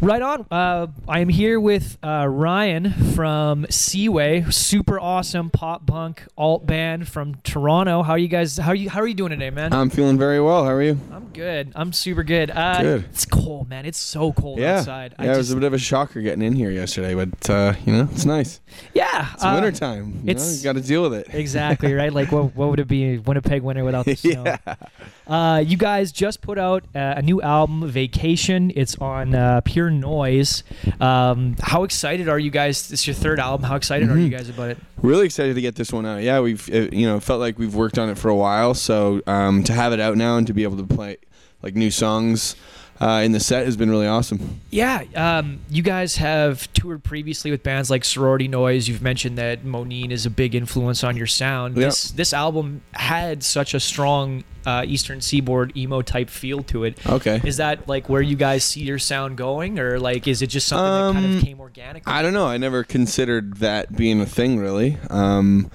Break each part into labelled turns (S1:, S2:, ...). S1: Right on. Uh, I am here with uh, Ryan from Seaway, super awesome pop punk alt band from Toronto. How are you guys? How are you? How are you doing today, man?
S2: I'm feeling very well. How are you?
S1: I'm good. I'm super good. Uh,
S2: Good.
S1: It's cold, man. It's so cold
S2: yeah.
S1: outside.
S2: Yeah, it was a bit of a shocker getting in here yesterday, but uh, you know, it's nice.
S1: yeah.
S2: It's
S1: uh,
S2: wintertime. You
S1: it's-
S2: got to deal with it.
S1: exactly right. Like, what, what would it be Winnipeg winter without the snow?
S2: yeah.
S1: Uh, you guys just put out uh, a new album, Vacation. It's on uh, Pure Noise. Um, how excited are you guys? It's your third album. How excited are you
S2: Mm-hmm.
S1: guys about it?
S2: Really excited to get this one out. Yeah, we've uh you know felt like we've worked on it for a while, so um, to have it out now and to be able to play like new songs uh, in the set has been really awesome.
S1: Yeah, um, you guys have toured previously with bands like Sorority Noise. You've mentioned that Monine is a big influence on your sound.
S2: Yeah.
S1: This this album had such a strong uh, Eastern Seaboard emo type feel to it.
S2: Okay.
S1: Is that like where you guys see your sound going, or like is it just something that kind of
S2: Um,
S1: came organically?
S2: I don't know. I never considered that being a thing, really. Um,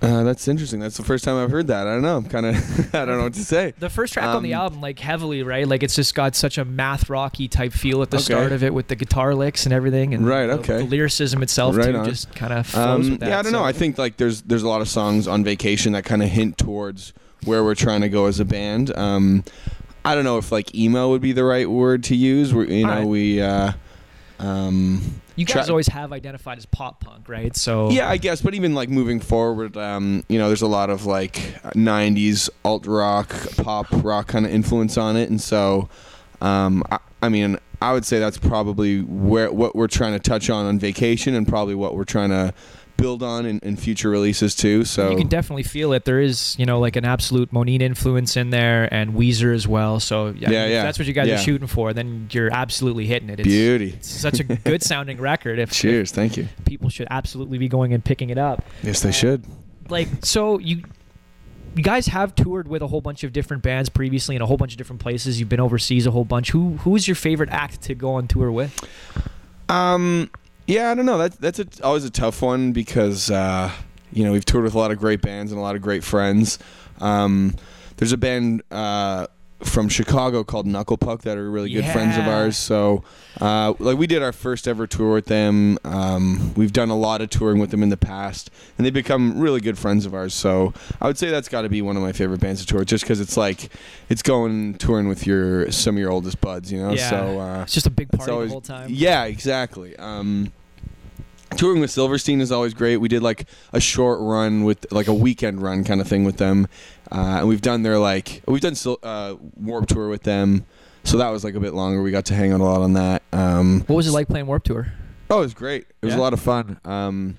S2: uh, that's interesting. That's the first time I've heard that. I don't know. I'm kind of. I don't know what to say.
S1: the first track on the
S2: Um,
S1: album, like heavily, right? Like it's just got such a math rocky type feel at the
S2: Okay.
S1: start of it with the guitar licks and everything, and
S2: Right,
S1: the-
S2: okay.
S1: the lyricism itself
S2: Right
S1: too
S2: on.
S1: just kind of flows
S2: Um,
S1: with that.
S2: Yeah, I don't
S1: so-
S2: know. I think like there's there's a lot of songs on vacation that kind of hint towards where we're trying to go as a band. Um, I don't know if like emo would be the right word to use. We're, you
S1: All
S2: know,
S1: right.
S2: we. Uh, um,
S1: you guys
S2: Tra-
S1: always have identified as pop punk, right? So
S2: yeah, I guess. But even like moving forward, um, you know, there's a lot of like '90s alt rock, pop rock kind of influence on it, and so, um, I, I mean, I would say that's probably where what we're trying to touch on on vacation, and probably what we're trying to build on in, in future releases too. So
S1: you can definitely feel it. There is, you know, like an absolute Monine influence in there, and Weezer as well. So yeah,
S2: Yeah,
S1: if
S2: yeah.
S1: that's what you guys
S2: Yeah.
S1: are shooting for, then you're absolutely hitting it. It's,
S2: Beauty.
S1: it's such a good sounding record. If,
S2: Cheers. Thank you.
S1: if people should absolutely be going and picking it up.
S2: Yes, they should.
S1: like so you you guys have toured with a whole bunch of different bands previously in a whole bunch of different places. You've been overseas a whole bunch. Who who is your favorite act to go on tour with?
S2: Um, yeah, I don't know. That's that's a, always a tough one because uh, you know we've toured with a lot of great bands and a lot of great friends. Um, there's a band uh, from Chicago called Knuckle Puck that are really good friends of
S1: Yeah.
S2: ours. So, uh, like we did our first ever tour with them. Um, we've done a lot of touring with them in the past, and they become really good friends of ours. So, I would say that's got to be one of my favorite bands to tour, with, just because it's like it's going touring with your some of your oldest buds, you know.
S1: Yeah.
S2: So. Uh,
S1: It's just a big
S2: it's
S1: party
S2: always-
S1: the whole time.
S2: Yeah, exactly. Um, touring with Silverstein is always great. We did like a short run with like a weekend run kind of thing with them, uh, and we've done their like we've done Sil- uh, Warp Tour with them. So that was like a bit longer. We got to hang out a lot on that. Um,
S1: What was it like playing Warp Tour?
S2: oh, it was great. It was
S1: Yeah?
S2: a lot of fun. Um,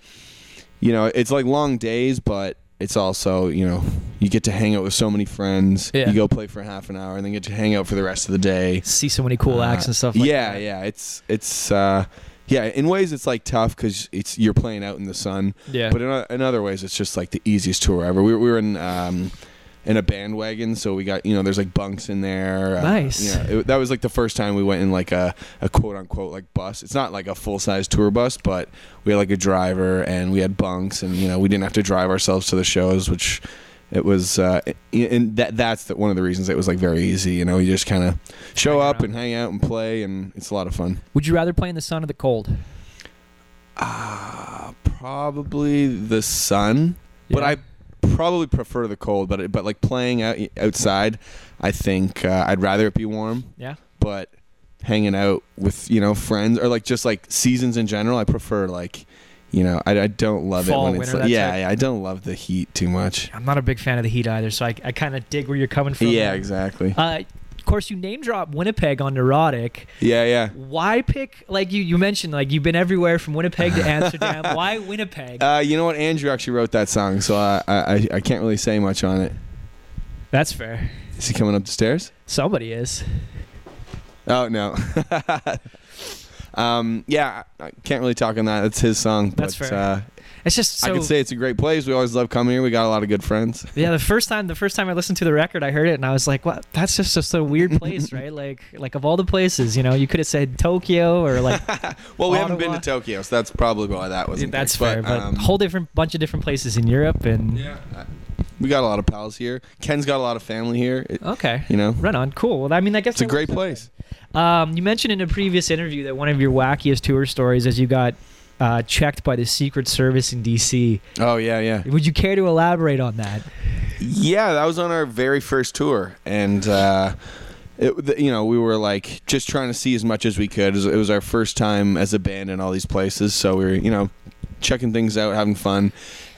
S2: you know, it's like long days, but it's also you know you get to hang out with so many friends.
S1: Yeah.
S2: You go play for half an hour and then get to hang out for the rest of the day
S1: See so many cool acts
S2: uh,
S1: and stuff. Like
S2: yeah,
S1: that.
S2: yeah. It's it's uh, yeah. In ways, it's like tough because it's you're playing out in the sun,
S1: yeah.
S2: but in, o- in other ways, it's just like the easiest tour ever. We, were- we were in um, in a bandwagon, so we got you know there's like bunks in there.
S1: Nice.
S2: Uh, yeah, it, that was like the first time we went in like a, a quote unquote like bus. It's not like a full size tour bus, but we had like a driver and we had bunks, and you know we didn't have to drive ourselves to the shows, which. It was, uh, i- and that that's the, one of the reasons it was like very easy. You know, you just kind of show
S1: Hang
S2: up
S1: around.
S2: and hang out and play, and it's a lot of fun.
S1: Would you rather play in the sun or the cold?
S2: Ah, probably the sun, but
S1: Yeah.
S2: I probably prefer the cold. But it, but like playing out outside, I think uh, I'd rather it be warm.
S1: Yeah.
S2: But hanging out with you know friends or like just like seasons in general, I prefer like you know I, I don't love
S1: Fall,
S2: it when
S1: winter,
S2: it's like,
S1: that
S2: yeah
S1: type.
S2: yeah I don't love the heat too much.
S1: I'm not a big fan of the heat either, so I, I kind of dig where you're coming from.
S2: Yeah,
S1: there.
S2: exactly.
S1: Uh, of course, you name drop Winnipeg on Neurotic.
S2: Yeah, yeah.
S1: Why pick like you? You mentioned like you've been everywhere from Winnipeg to Amsterdam. Why Winnipeg?
S2: Uh, you know what? Andrew actually wrote that song, so I, I I can't really say much on it.
S1: That's fair.
S2: Is he coming up the stairs?
S1: Somebody is.
S2: Oh no. um, yeah, I I can't really talk on that. It's his song.
S1: That's
S2: but,
S1: fair.
S2: Uh,
S1: It's just so
S2: I can say it's a great place. We always love coming here. We got a lot of good friends.
S1: yeah. The first time, the first time I listened to the record, I heard it and I was like, "What? That's just just a weird place, right? Like, like of all the places, you know, you could have said Tokyo or like
S2: Well, we haven't been to
S1: Ottawa.
S2: Tokyo, so that's probably why that wasn't.
S1: that's
S2: picked,
S1: fair, but
S2: um,
S1: whole different bunch of different places in Europe and
S2: yeah, I- we got a lot of pals here. Ken's got a lot of family here. It-
S1: Okay.
S2: you know,
S1: Right on. Cool. Well, I mean, I guess
S2: it's a
S1: that
S2: great
S1: works out
S2: place.
S1: then. Um, you mentioned in a previous interview that one of your wackiest tour stories is you got uh, checked by the Secret Service in D.C.
S2: Oh yeah, yeah,
S1: Would you care to elaborate on that?
S2: yeah. That was on our very first tour, and uh, it, the- you know, we were like just trying to see as much as we could. It was, it was our first time as a band in all these places, so we were, you know, checking things out, having fun,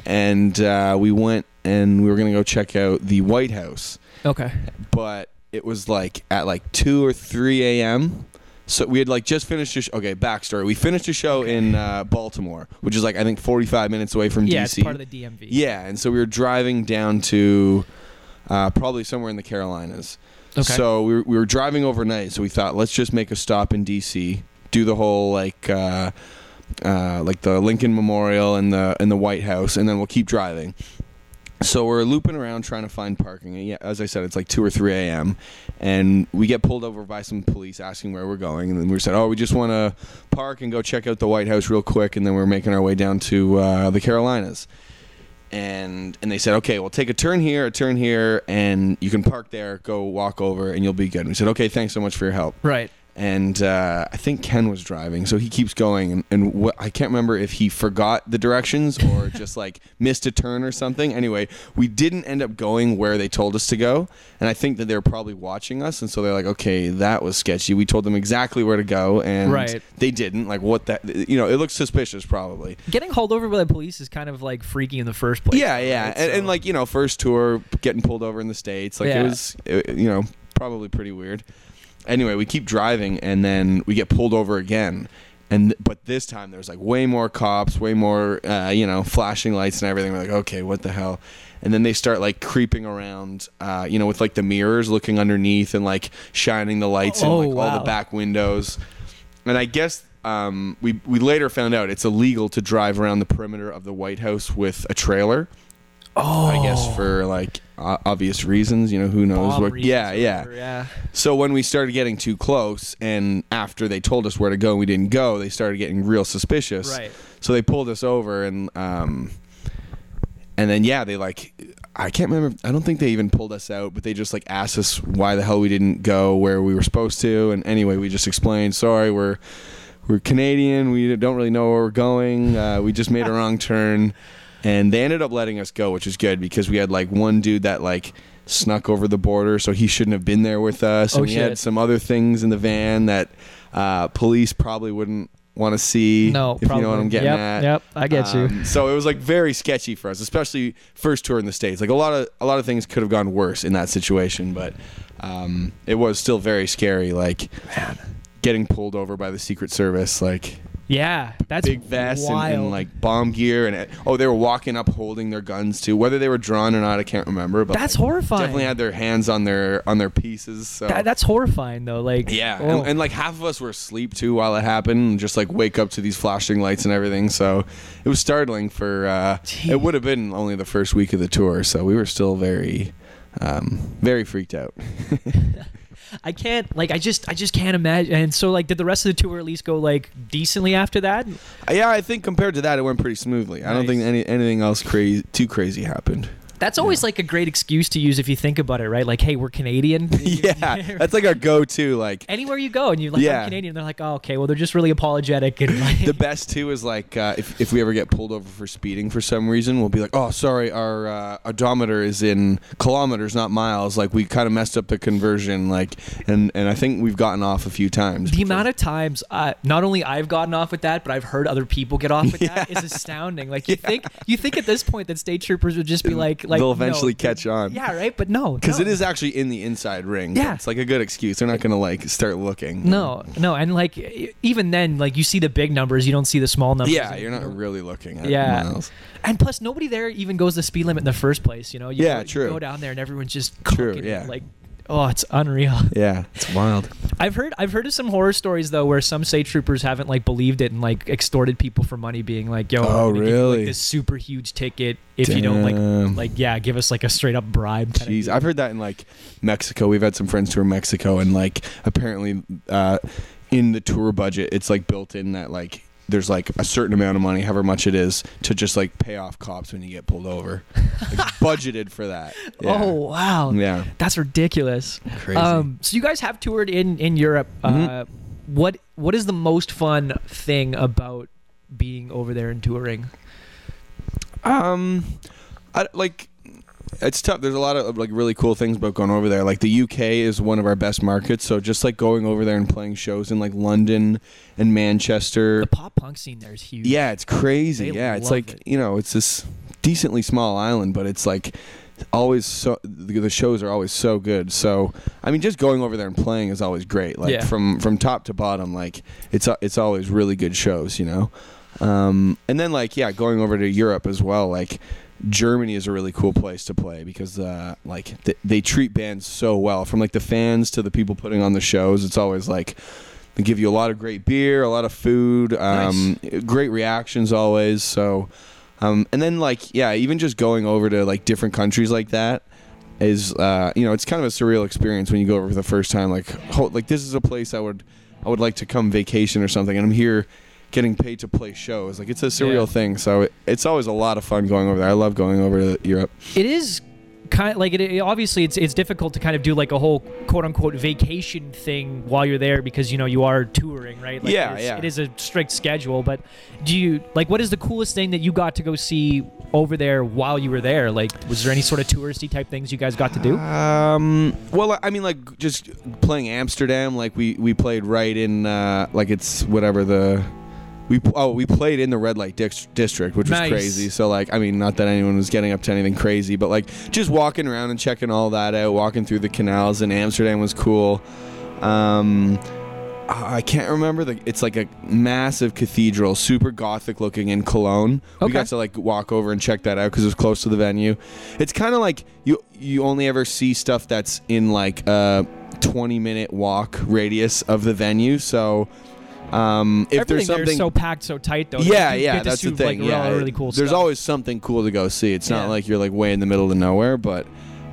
S2: and uh, we went and we were gonna go check out the White House.
S1: Okay.
S2: but it was like at like 2 or 3 a.m. So we had like just finished a sh- okay backstory. We finished a show in uh, Baltimore, which is like I think 45 minutes away from
S1: Yeah,
S2: DC.
S1: it's part of the DMV.
S2: yeah, and so we were driving down to uh, probably somewhere in the Carolinas.
S1: Okay.
S2: So we were, we were driving overnight, so we thought let's just make a stop in DC, do the whole like uh, uh, like the Lincoln Memorial and the and the White House, and then we'll keep driving. So we're looping around trying to find parking. And yeah, as I said, it's like two or three a.m. and we get pulled over by some police asking where we're going, and then we said, "Oh, we just want to park and go check out the White House real quick," and then we're making our way down to uh, the Carolinas. And and they said, "Okay, we'll take a turn here, a turn here, and you can park there, go walk over, and you'll be good." And we said, "Okay, thanks so much for your help."
S1: Right.
S2: and uh, I think Ken was driving, so he keeps going, and, and wh- I can't remember if he forgot the directions or just like missed a turn or something. Anyway, we didn't end up going where they told us to go, and I think that they were probably watching us, and so they're like, "Okay, that was sketchy." We told them exactly where to go, and
S1: Right.
S2: they didn't. Like, what that? You know, it looks suspicious, probably.
S1: Getting hauled over by the police is kind of like freaky in the first place.
S2: yeah, yeah,
S1: right,
S2: and, and
S1: so-
S2: like you know, first tour, getting pulled over in the states, like
S1: Yeah.
S2: it was, it, you know, probably pretty weird. Anyway, we keep driving, and then we get pulled over again, and but this time there's like way more cops, way more, uh, you know, flashing lights and everything. We're like, okay, what the hell? And then they start like creeping around, uh, you know, with like the mirrors looking underneath and like shining the lights
S1: Oh,
S2: in like all
S1: wow.
S2: the back windows. And I guess um, we we later found out it's illegal to drive around the perimeter of the White House with a trailer.
S1: Oh.
S2: I guess for like o- obvious reasons, you know, who knows
S1: Bomb
S2: what.
S1: reasons
S2: yeah,
S1: or
S2: yeah.
S1: whatever, yeah.
S2: So when we started getting too close, and after they told us where to go, and we didn't go. They started getting real suspicious.
S1: Right.
S2: So they pulled us over, and um, and then yeah, they like. I can't remember. I don't think they even pulled us out, but they just like asked us why the hell we didn't go where we were supposed to. And anyway, we just explained, sorry, we're we're Canadian. We don't really know where we're going. Uh, we just made a wrong turn, and they ended up letting us go, which is good because we had like one dude that like snuck over the border, so he shouldn't have been there with us.
S1: Oh,
S2: and we
S1: shit.
S2: had some other things in the van that uh, police probably wouldn't want to see.
S1: No,
S2: if
S1: probably.
S2: you know what I'm getting
S1: yep,
S2: at.
S1: Yep, I get you.
S2: Um, so it was like very sketchy for us, especially first tour in the states. Like a lot of a lot of things could have gone worse in that situation, but um, it was still very scary. Like getting pulled over by the Secret Service, like
S1: Yeah, that's
S2: big vests and,
S1: wild.
S2: and like bomb gear, and oh, they were walking up holding their guns too. Whether they were drawn or not, I can't remember. But
S1: that's
S2: like,
S1: horrifying.
S2: Definitely had their hands on their on their pieces. So
S1: That- that's horrifying though. Like
S2: yeah,
S1: oh.
S2: and, and like half of us were asleep too while it happened, and just like wake up to these flashing lights and everything. So it was startling. For uh,
S1: Jeez.
S2: it would have been only the first week of the tour, so we were still very, um, very freaked out.
S1: I can't like I just I just can't imagine. And so like did the rest of the tour at least go like decently after that?
S2: Uh, yeah, I think compared to that, it went pretty smoothly. I don't
S1: Nice.
S2: think any anything else crazy too crazy happened.
S1: That's always like a great excuse to use if you think about it, right? Like hey, we're Canadian.
S2: yeah, that's like our go-to. Like
S1: Anywhere you go and you're like
S2: Yeah.
S1: I'm Canadian, they're like oh okay, well they're just really apologetic and like,
S2: the best too is like uh, if, if we ever get pulled over for speeding for some reason we'll be like oh sorry our uh, odometer is in kilometers not miles like we kind of messed up the conversion like and and i think we've gotten off a few times
S1: The amount of times, uh, not only I've gotten off with that, but I've heard other people get off with that is astounding. Like you think, you think at this point that state troopers would just be like, like
S2: they'll eventually
S1: no.
S2: catch on
S1: yeah, right, but no,
S2: because
S1: no.
S2: it is actually in the inside ring
S1: Yeah.
S2: it's like a good excuse they're not gonna like start looking
S1: no, no, and like e- even then, like you see the big numbers, you don't see the small numbers.
S2: yeah you're not really looking at
S1: Yeah.
S2: miles
S1: and plus nobody there even goes the speed limit in the first place. You know, you
S2: Yeah,
S1: go, you
S2: true.
S1: go down there and everyone's just
S2: True,
S1: cucking,
S2: yeah.
S1: like. Oh, it's unreal.
S2: yeah it's wild
S1: I've heard I've heard of some horror stories though where some state troopers haven't like believed it and like extorted people for money, being like, "Yo, I'm
S2: Oh,
S1: gonna give you,
S2: really?
S1: like, this super huge ticket if you don't like
S2: Damn.
S1: like yeah, give us like a straight up bribe." kinda
S2: Jeez,
S1: deal."
S2: I've heard that in like Mexico. We've had some friends tour Mexico, and like apparently, uh, in the tour budget, it's like built in that like there's like a certain amount of money, however much it is, to just like pay off cops when you get pulled over. Like, budgeted for that. Yeah.
S1: Oh wow,
S2: Yeah.
S1: that's ridiculous.
S2: Crazy.
S1: Um, so you guys have toured in in Europe. Uh,
S2: Mhm.
S1: what what is the most fun thing about being over there and touring?
S2: Um, I, like it's tough. There's a lot of like really cool things about going over there. Like the UK is one of our best markets, so just like going over there and playing shows in like London and Manchester.
S1: The pop punk scene there is huge.
S2: Yeah, it's crazy.
S1: They
S2: yeah, it's
S1: love
S2: like
S1: it.
S2: you know, it's this decently small island, but it's like always so the the shows are always so good. So I mean, just going over there and playing is always great. Like
S1: Yeah.
S2: from from top to bottom, like it's a- it's always really good shows. You know, um, and then like yeah, going over to Europe as well, like. Germany is a really cool place to play because uh, like th- they treat bands so well from like the fans to the people putting on the shows it's always like they give you a lot of great beer a lot of food um, great reactions always so um, and then like yeah even just going over to like different countries like that is uh, you know it's kind of a surreal experience when you go over for the first time like ho- like this is a place I would I would like to come vacation or something and I'm here getting paid to play shows like it's a surreal
S1: Yeah.
S2: thing so it, it's always a lot of fun going over there I love going over to Europe
S1: it is kind of like it, it- obviously it's it's difficult to kind of do like a whole quote unquote vacation thing while you're there because you know you are touring right like
S2: Yeah,
S1: it's,
S2: yeah.
S1: it is a strict schedule but do you like what is the coolest thing that you got to go see over there while you were there like was there any sort of touristy type things you guys got to do
S2: Um, well, I- I mean, like just playing Amsterdam, like we we played right in, uh, like it's whatever the. We, oh, we played in the red light dis- district, which was
S1: Nice.
S2: crazy. So, like, I mean, not that anyone was getting up to anything crazy, but like just walking around and checking all that out, walking through the canals in Amsterdam was cool. Um, I I can't remember the. It's like a massive cathedral, super gothic looking in Cologne.
S1: Okay.
S2: We got to like walk over and check that out because it was close to the venue. It's kind of like you you only ever see stuff that's in like a 20 minute walk radius of the venue. So um, if
S1: Everything
S2: there's
S1: there is
S2: something,
S1: so packed so tight though
S2: yeah,
S1: You
S2: yeah,
S1: get to
S2: that's the
S1: see,
S2: thing.
S1: like,
S2: yeah,
S1: real- really cool
S2: There's
S1: stuff.
S2: always something cool to go see. It's
S1: Yeah.
S2: not like you're like way in the middle of nowhere, but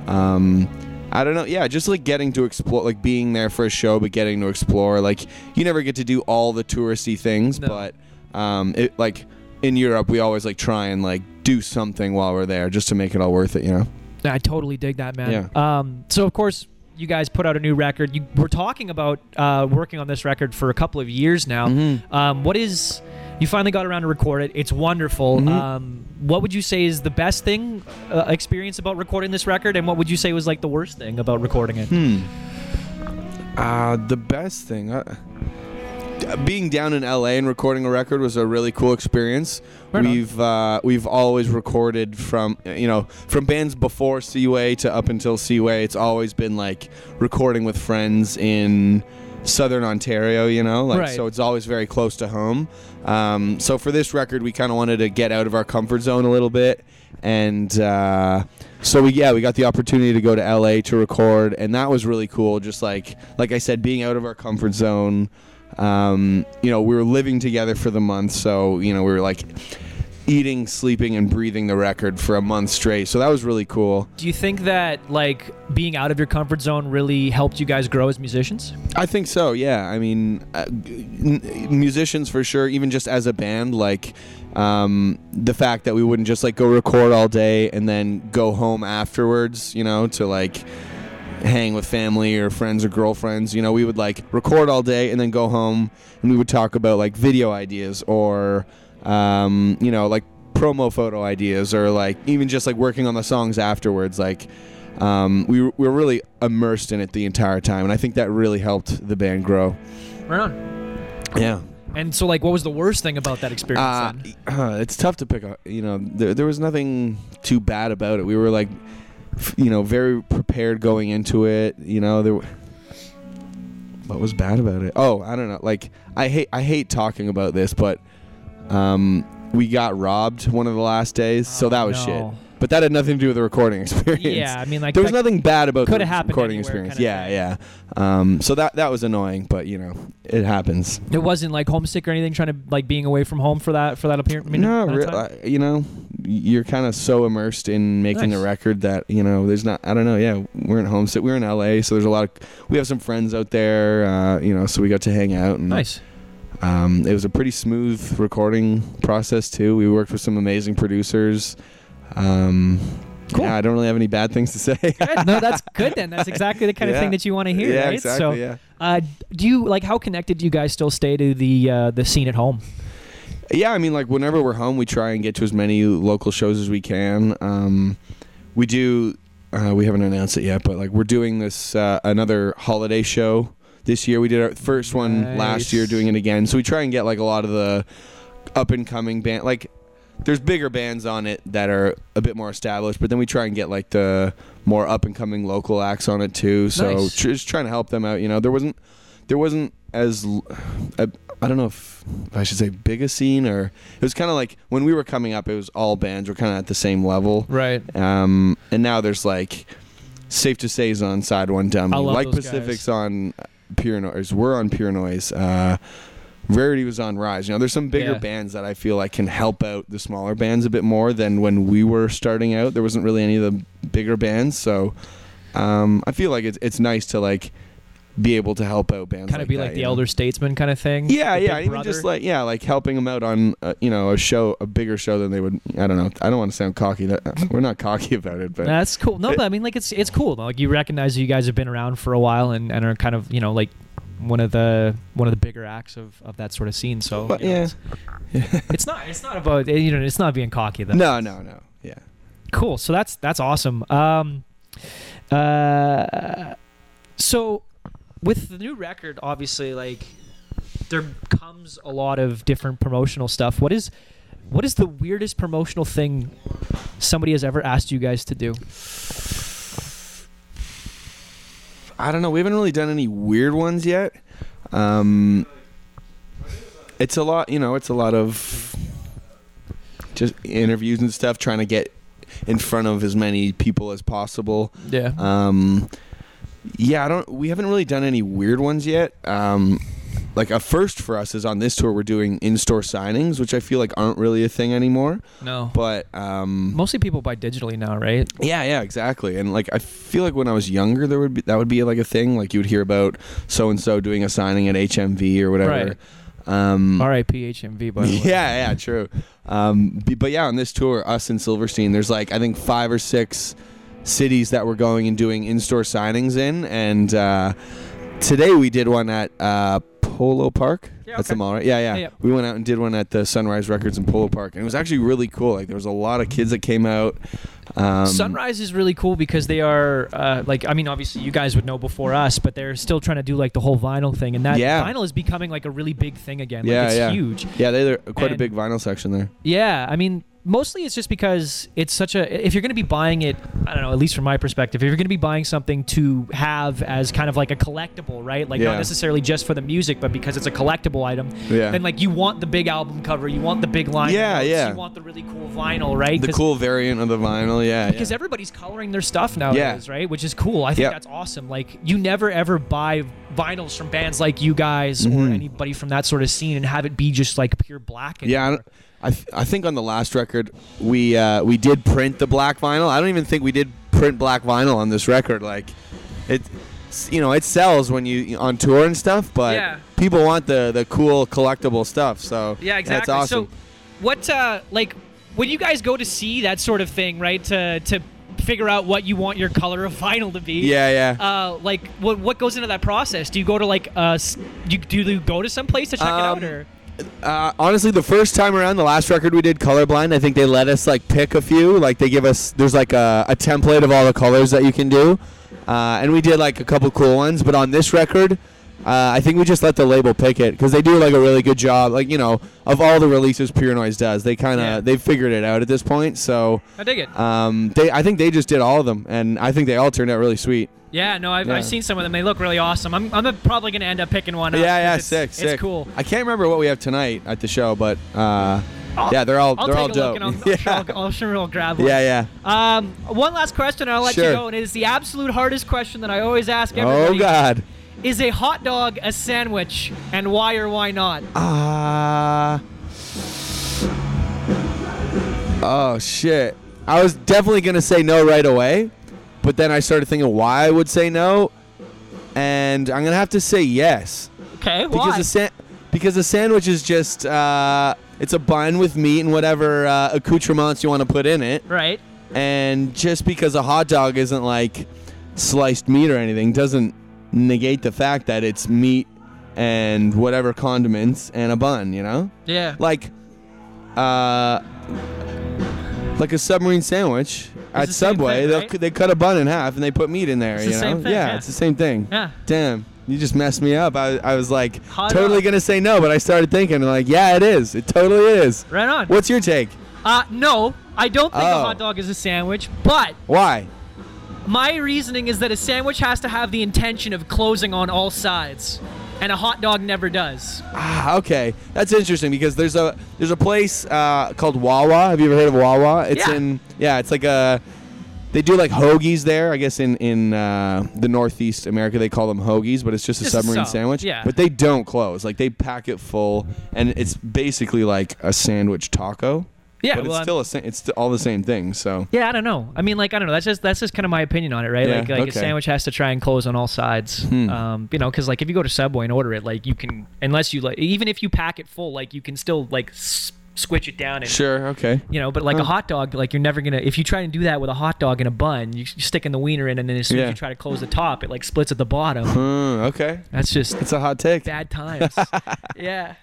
S2: um, I don't know. Yeah, just like getting to explore, like being there for a show, but getting to explore. Like you never get to do all the touristy things,
S1: No.
S2: but um, it like in Europe, we always like try and like do something while we're there just to make it all worth it. You know?
S1: I totally dig that, man. Um, so of course, you guys put out a new record. You were talking about uh, working on this record for a couple of years now.
S2: Mhm.
S1: Um, what is you finally got around to record it? It's wonderful.
S2: Mhm.
S1: Um, what would you say is the best thing uh, experience about recording this record, and what would you say was like the worst thing about recording it?
S2: Hmm. Uh, the best thing. Uh, being down in LA and recording a record was a really cool experience.
S1: Right on.
S2: we've uh, we've always recorded from you know from bands before Seaway to up until Seaway. It's always been like recording with friends in southern Ontario. You know, like
S1: Right.
S2: so it's always very close to home. Um, so for this record, we kind of wanted to get out of our comfort zone a little bit, and uh, so we yeah we got the opportunity to go to LA to record, and that was really cool. Just like like I said, being out of our comfort zone. Um, you know, we were living together for the month, so you know we were like eating, sleeping, and breathing the record for a month straight. So that was really cool.
S1: Do you think that like being out of your comfort zone really helped you guys grow as musicians?
S2: I think so. Yeah. I mean, uh, g- n- musicians for sure. Even just as a band, like um, the fact that we wouldn't just like go record all day and then go home afterwards. You know, to like hang with family or friends or girlfriends. You know, we would like record all day and then go home and we would talk about like video ideas or um, you know like promo photo ideas or like even just like working on the songs afterwards. Like um, we, were- we were really immersed in it the entire time, and I think that really helped the band grow.
S1: Right on.
S2: Yeah.
S1: And so, like, what was the worst thing about that experience?
S2: Uh,
S1: then?
S2: it's tough to pick up. You know, there, there was nothing too bad about it. We were like, f- you know, very prepared going into it. You know, there. w- What was bad about it? Oh, I don't know. Like, I hate I hate talking about this, but um, we got robbed one of the last days, so
S1: Oh,
S2: that was
S1: no.
S2: shit. But that had nothing to do with the recording experience.
S1: Yeah, I mean, like,
S2: there was
S1: that-
S2: nothing bad about
S1: Coulda
S2: the
S1: happened
S2: recording
S1: anywhere
S2: experience.
S1: kinda
S2: yeah, yeah. Um, so that that was annoying, but you know, it happens.
S1: It wasn't like homesick or anything. Trying to like being away from home for that for that appearance.
S2: no, real, uh, I- you know, you're kind of so immersed in making
S1: Nice.
S2: the record that you know, there's not. I don't know. Yeah, we're in homesick. We're in LA, so there's a lot of. We have some friends out there, uh, you know, so we got to hang out. And,
S1: nice.
S2: Um, it was a pretty smooth recording process too. We worked with some amazing producers. Um,
S1: Cool.
S2: Yeah, I don't really have any bad things to say.
S1: Good. No, that's good then. That's exactly the kind of
S2: Yeah.
S1: thing that you want to hear,
S2: yeah,
S1: right?
S2: exactly.
S1: so,
S2: yeah.
S1: uh, do you like how connected do you guys still stay to the uh, the scene at home?
S2: Yeah, I mean, like whenever we're home, we try and get to as many local shows as we can. Um, we do. Uh, we haven't announced it yet, but like we're doing this uh, another holiday show this year. We did our first one
S1: Nice.
S2: last year, doing it again. So we try and get like a lot of the up and coming band. Like there's bigger bands on it that are a bit more established, but then we try and get like the more up and coming local acts on it too. So
S1: Nice.
S2: tr- just trying to help them out. You know, there wasn't there wasn't as l- I, I don't know if I should say big a scene or it was kind of like when we were coming up, it was all bands were kind of at the same level.
S1: Right.
S2: Um, and now there's like Safe to Say's on Side One Dummy,
S1: I love
S2: like
S1: those
S2: Pacific's on Pure Noise. We're on Pure Noise. Uh, Rarity was on Rise. You know, there's some bigger
S1: Yeah.
S2: bands that I feel like can help out the smaller bands a bit more than when we were starting out. There wasn't really any of the bigger bands, so um, I feel like it's it's nice to like be able to help out bands.
S1: Kind of be
S2: that,
S1: like
S2: you
S1: the
S2: know?
S1: elder statesman kind of thing.
S2: Yeah,
S1: the
S2: yeah,
S1: big
S2: even just
S1: brother.
S2: like yeah, like helping them out on uh, you know a show, a bigger show than they would. I don't know. I don't want to sound cocky. That we're not cocky about it, but
S1: That's cool. No, but I mean, like it's it's cool. Like you recognize that you guys have been around for a while and, and are kind of you know like one of the one of the bigger acts of, of that sort of scene. So
S2: But,
S1: you know,
S2: yeah.
S1: it's, it's not it's not about you know it's not being cocky though.
S2: no, no, no. Yeah.
S1: Cool. So that's that's awesome. Um, uh, so with the new record, obviously, like there comes a lot of different promotional stuff. What is what is the weirdest promotional thing somebody has ever asked you guys to do?
S2: I don't know. We haven't really done any weird ones yet. Um, it's a lot, you know. It's a lot of just interviews and stuff, trying to get in front of as many people as possible.
S1: Yeah.
S2: Um, yeah, I don't. We haven't really done any weird ones yet. Um, like a first for us is on this tour we're doing in-store signings, which I feel like aren't really a thing anymore.
S1: no.
S2: But um,
S1: Mostly people buy digitally now, right?
S2: yeah, yeah, exactly. And like I feel like when I was younger, there would be that would be like a thing. Like you would hear about so and so doing a signing at HMV or whatever. Um,
S1: R.I.P. HMV, by the way.
S2: yeah, yeah, true. Um, b- but yeah, on this tour, us and Silverstein, there's like I think five or six cities that we're going and doing in-store signings in, and uh, today we did one at uh, Polo Park.
S1: Yeah,
S2: That's
S1: okay.
S2: the mall, right? Yeah, yeah,
S1: Yeah, yeah.
S2: We went out and did one at the Sunrise Records in Polo Park, and it was actually really cool. Like there was a lot of kids that came out. Um,
S1: Sunrise is really cool because they are uh, like I mean obviously you guys would know before us, but they're still trying to do like the whole vinyl thing, and that
S2: Yeah.
S1: vinyl is becoming like a really big thing again. Like,
S2: Yeah,
S1: it's
S2: yeah.
S1: huge.
S2: Yeah, they're quite a
S1: And-
S2: big vinyl section there.
S1: Yeah, I mean mostly it's just because it's such a if you're going to be buying it, I don't know, at least from my perspective, if you're going to be buying something to have as kind of like a collectible, right? Like not
S2: Yeah.
S1: necessarily just for the music, but because it's a collectible item,
S2: Yeah.
S1: then like you want the big album cover, you want the big line,
S2: Yeah,
S1: notes,
S2: yeah.
S1: you want the really cool vinyl, right?
S2: the
S1: 'Cause
S2: cool variant of the vinyl, yeah.
S1: because
S2: yeah.
S1: everybody's coloring their stuff nowadays, right? Which is cool. I think
S2: Yep.
S1: that's awesome. Like you never ever buy vinyls from bands like you guys or
S2: Mm-hmm.
S1: anybody from that sort of scene and have it be just like pure black.
S2: Yeah, I,
S1: anymore.
S2: don't- I, th- I think on the last record we uh, we did print the black vinyl. I don't even think we did print black vinyl on this record. Like, it, s- you know, it sells when you on tour and stuff, but
S1: Yeah.
S2: people want the the cool collectible stuff. So
S1: Yeah, exactly.
S2: That's awesome.
S1: So, what uh, like when you guys go to see that sort of thing, right? To to figure out what you want your color of vinyl to be.
S2: yeah, yeah.
S1: Uh, like what what goes into that process? Do you go to like uh, s- you do you go to some place to check it out
S2: Um,
S1: or?
S2: Uh, honestly, the first time around, the last record we did, Colorblind, I think they let us like pick a few. Like they give us, there's like a, a template of all the colors that you can do, uh, and we did like a couple cool ones. But on this record, uh, I think we just let the label pick it because they do like a really good job. Like you know, of all the releases Pure Noise does, they kind of
S1: Yeah.
S2: they figured it out at this point. So
S1: I dig it.
S2: um, they, I think they just did all of them, and I think they all turned out really sweet.
S1: Yeah, no, I've,
S2: Yeah.
S1: I've seen some of them. They look really awesome. I'm, I'm probably gonna end up picking one up.
S2: yeah, yeah,
S1: 'cause it's,
S2: sick,
S1: it's
S2: sick.
S1: cool.
S2: I can't remember what we have tonight at the show, but uh, yeah, they're all
S1: I'll
S2: they're
S1: take
S2: all
S1: a
S2: dope.
S1: look and I'll,
S2: yeah.
S1: I'm sure I'll, I'll sure I'll grab one.
S2: yeah, yeah.
S1: Um, one last question, and I'll let you
S2: Sure.
S1: go. And it is the absolute hardest question that I always ask
S2: Oh
S1: everybody.
S2: God.
S1: Is a hot dog a sandwich, and why or why not?
S2: Ah. oh shit. I was definitely gonna say no right away, but then I started thinking why I would say no, and I'm gonna have to say yes
S1: Okay,
S2: because
S1: why?
S2: a sa- because a sandwich is just uh, it's a bun with meat and whatever uh, accoutrements you want to put in it.
S1: Right.
S2: And just because a hot dog isn't like sliced meat or anything doesn't negate the fact that it's meat and whatever condiments and a bun, you know?
S1: Yeah.
S2: Like uh like a submarine sandwich at
S1: the same
S2: Subway,
S1: thing,
S2: they'll
S1: right?
S2: cu- they cut a bun in half and they put meat in there,
S1: It's
S2: you
S1: the
S2: know?
S1: same thing,
S2: yeah,
S1: yeah.
S2: it's the same thing.
S1: yeah.
S2: Damn, you just messed me up. I, I was like
S1: Hot
S2: totally
S1: dog.
S2: gonna say no, but I started thinking like, yeah, it is. It totally is.
S1: Right on.
S2: What's your take?
S1: Uh, no, I don't think a
S2: Oh.
S1: hot dog is a sandwich, but
S2: Why?
S1: my reasoning is that a sandwich has to have the intention of closing on all sides, and a hot dog never does.
S2: Ah, okay, that's interesting because there's a there's a place uh, called Wawa. Have you ever heard of Wawa? It's
S1: Yeah.
S2: in yeah, it's like a they do like hoagies there. I guess in in uh, the Northeast America they call them hoagies, but it's just a
S1: Just a
S2: submarine
S1: sub,
S2: sandwich.
S1: yeah.
S2: But they don't close. Like they pack it full, and it's basically like a sandwich taco.
S1: Yeah,
S2: but
S1: well,
S2: it's still a, sa- it's st- all the same thing. So
S1: Yeah, I don't know. I mean, like, I don't know. That's just that's just kind of my opinion on it, right?
S2: Yeah,
S1: like, like a
S2: okay. Hmm.
S1: sandwich has to try and close on all sides. Um, you know, because like if you go to Subway and order it, like you can, unless you like, even if you pack it full, like you can still like s- squitch it down and.
S2: sure, okay.
S1: You know, but like
S2: Hmm.
S1: a hot dog, like you're never gonna. If you try and do that with a hot dog and a bun, you, you stick in the wiener in, and then as soon as
S2: Yeah.
S1: you try to close the top, it like splits at the bottom.
S2: Mm, okay.
S1: That's just
S2: It's a hot take.
S1: bad times. yeah.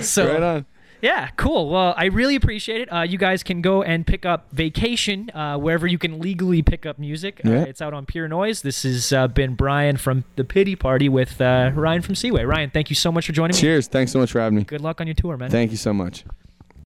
S1: So
S2: Right on.
S1: yeah, cool. Well, I really appreciate it. Uh, you guys can go and pick up Vacation uh, wherever you can legally pick up music. Uh,
S2: Yeah.
S1: It's out on Pure Noise. This has uh, been Brian from the Pity Party with uh, Ryan from Seaway. Ryan, thank you so much for joining me.
S2: Cheers. Thanks so much for having me.
S1: Good luck on your tour, man.
S2: Thank you so much.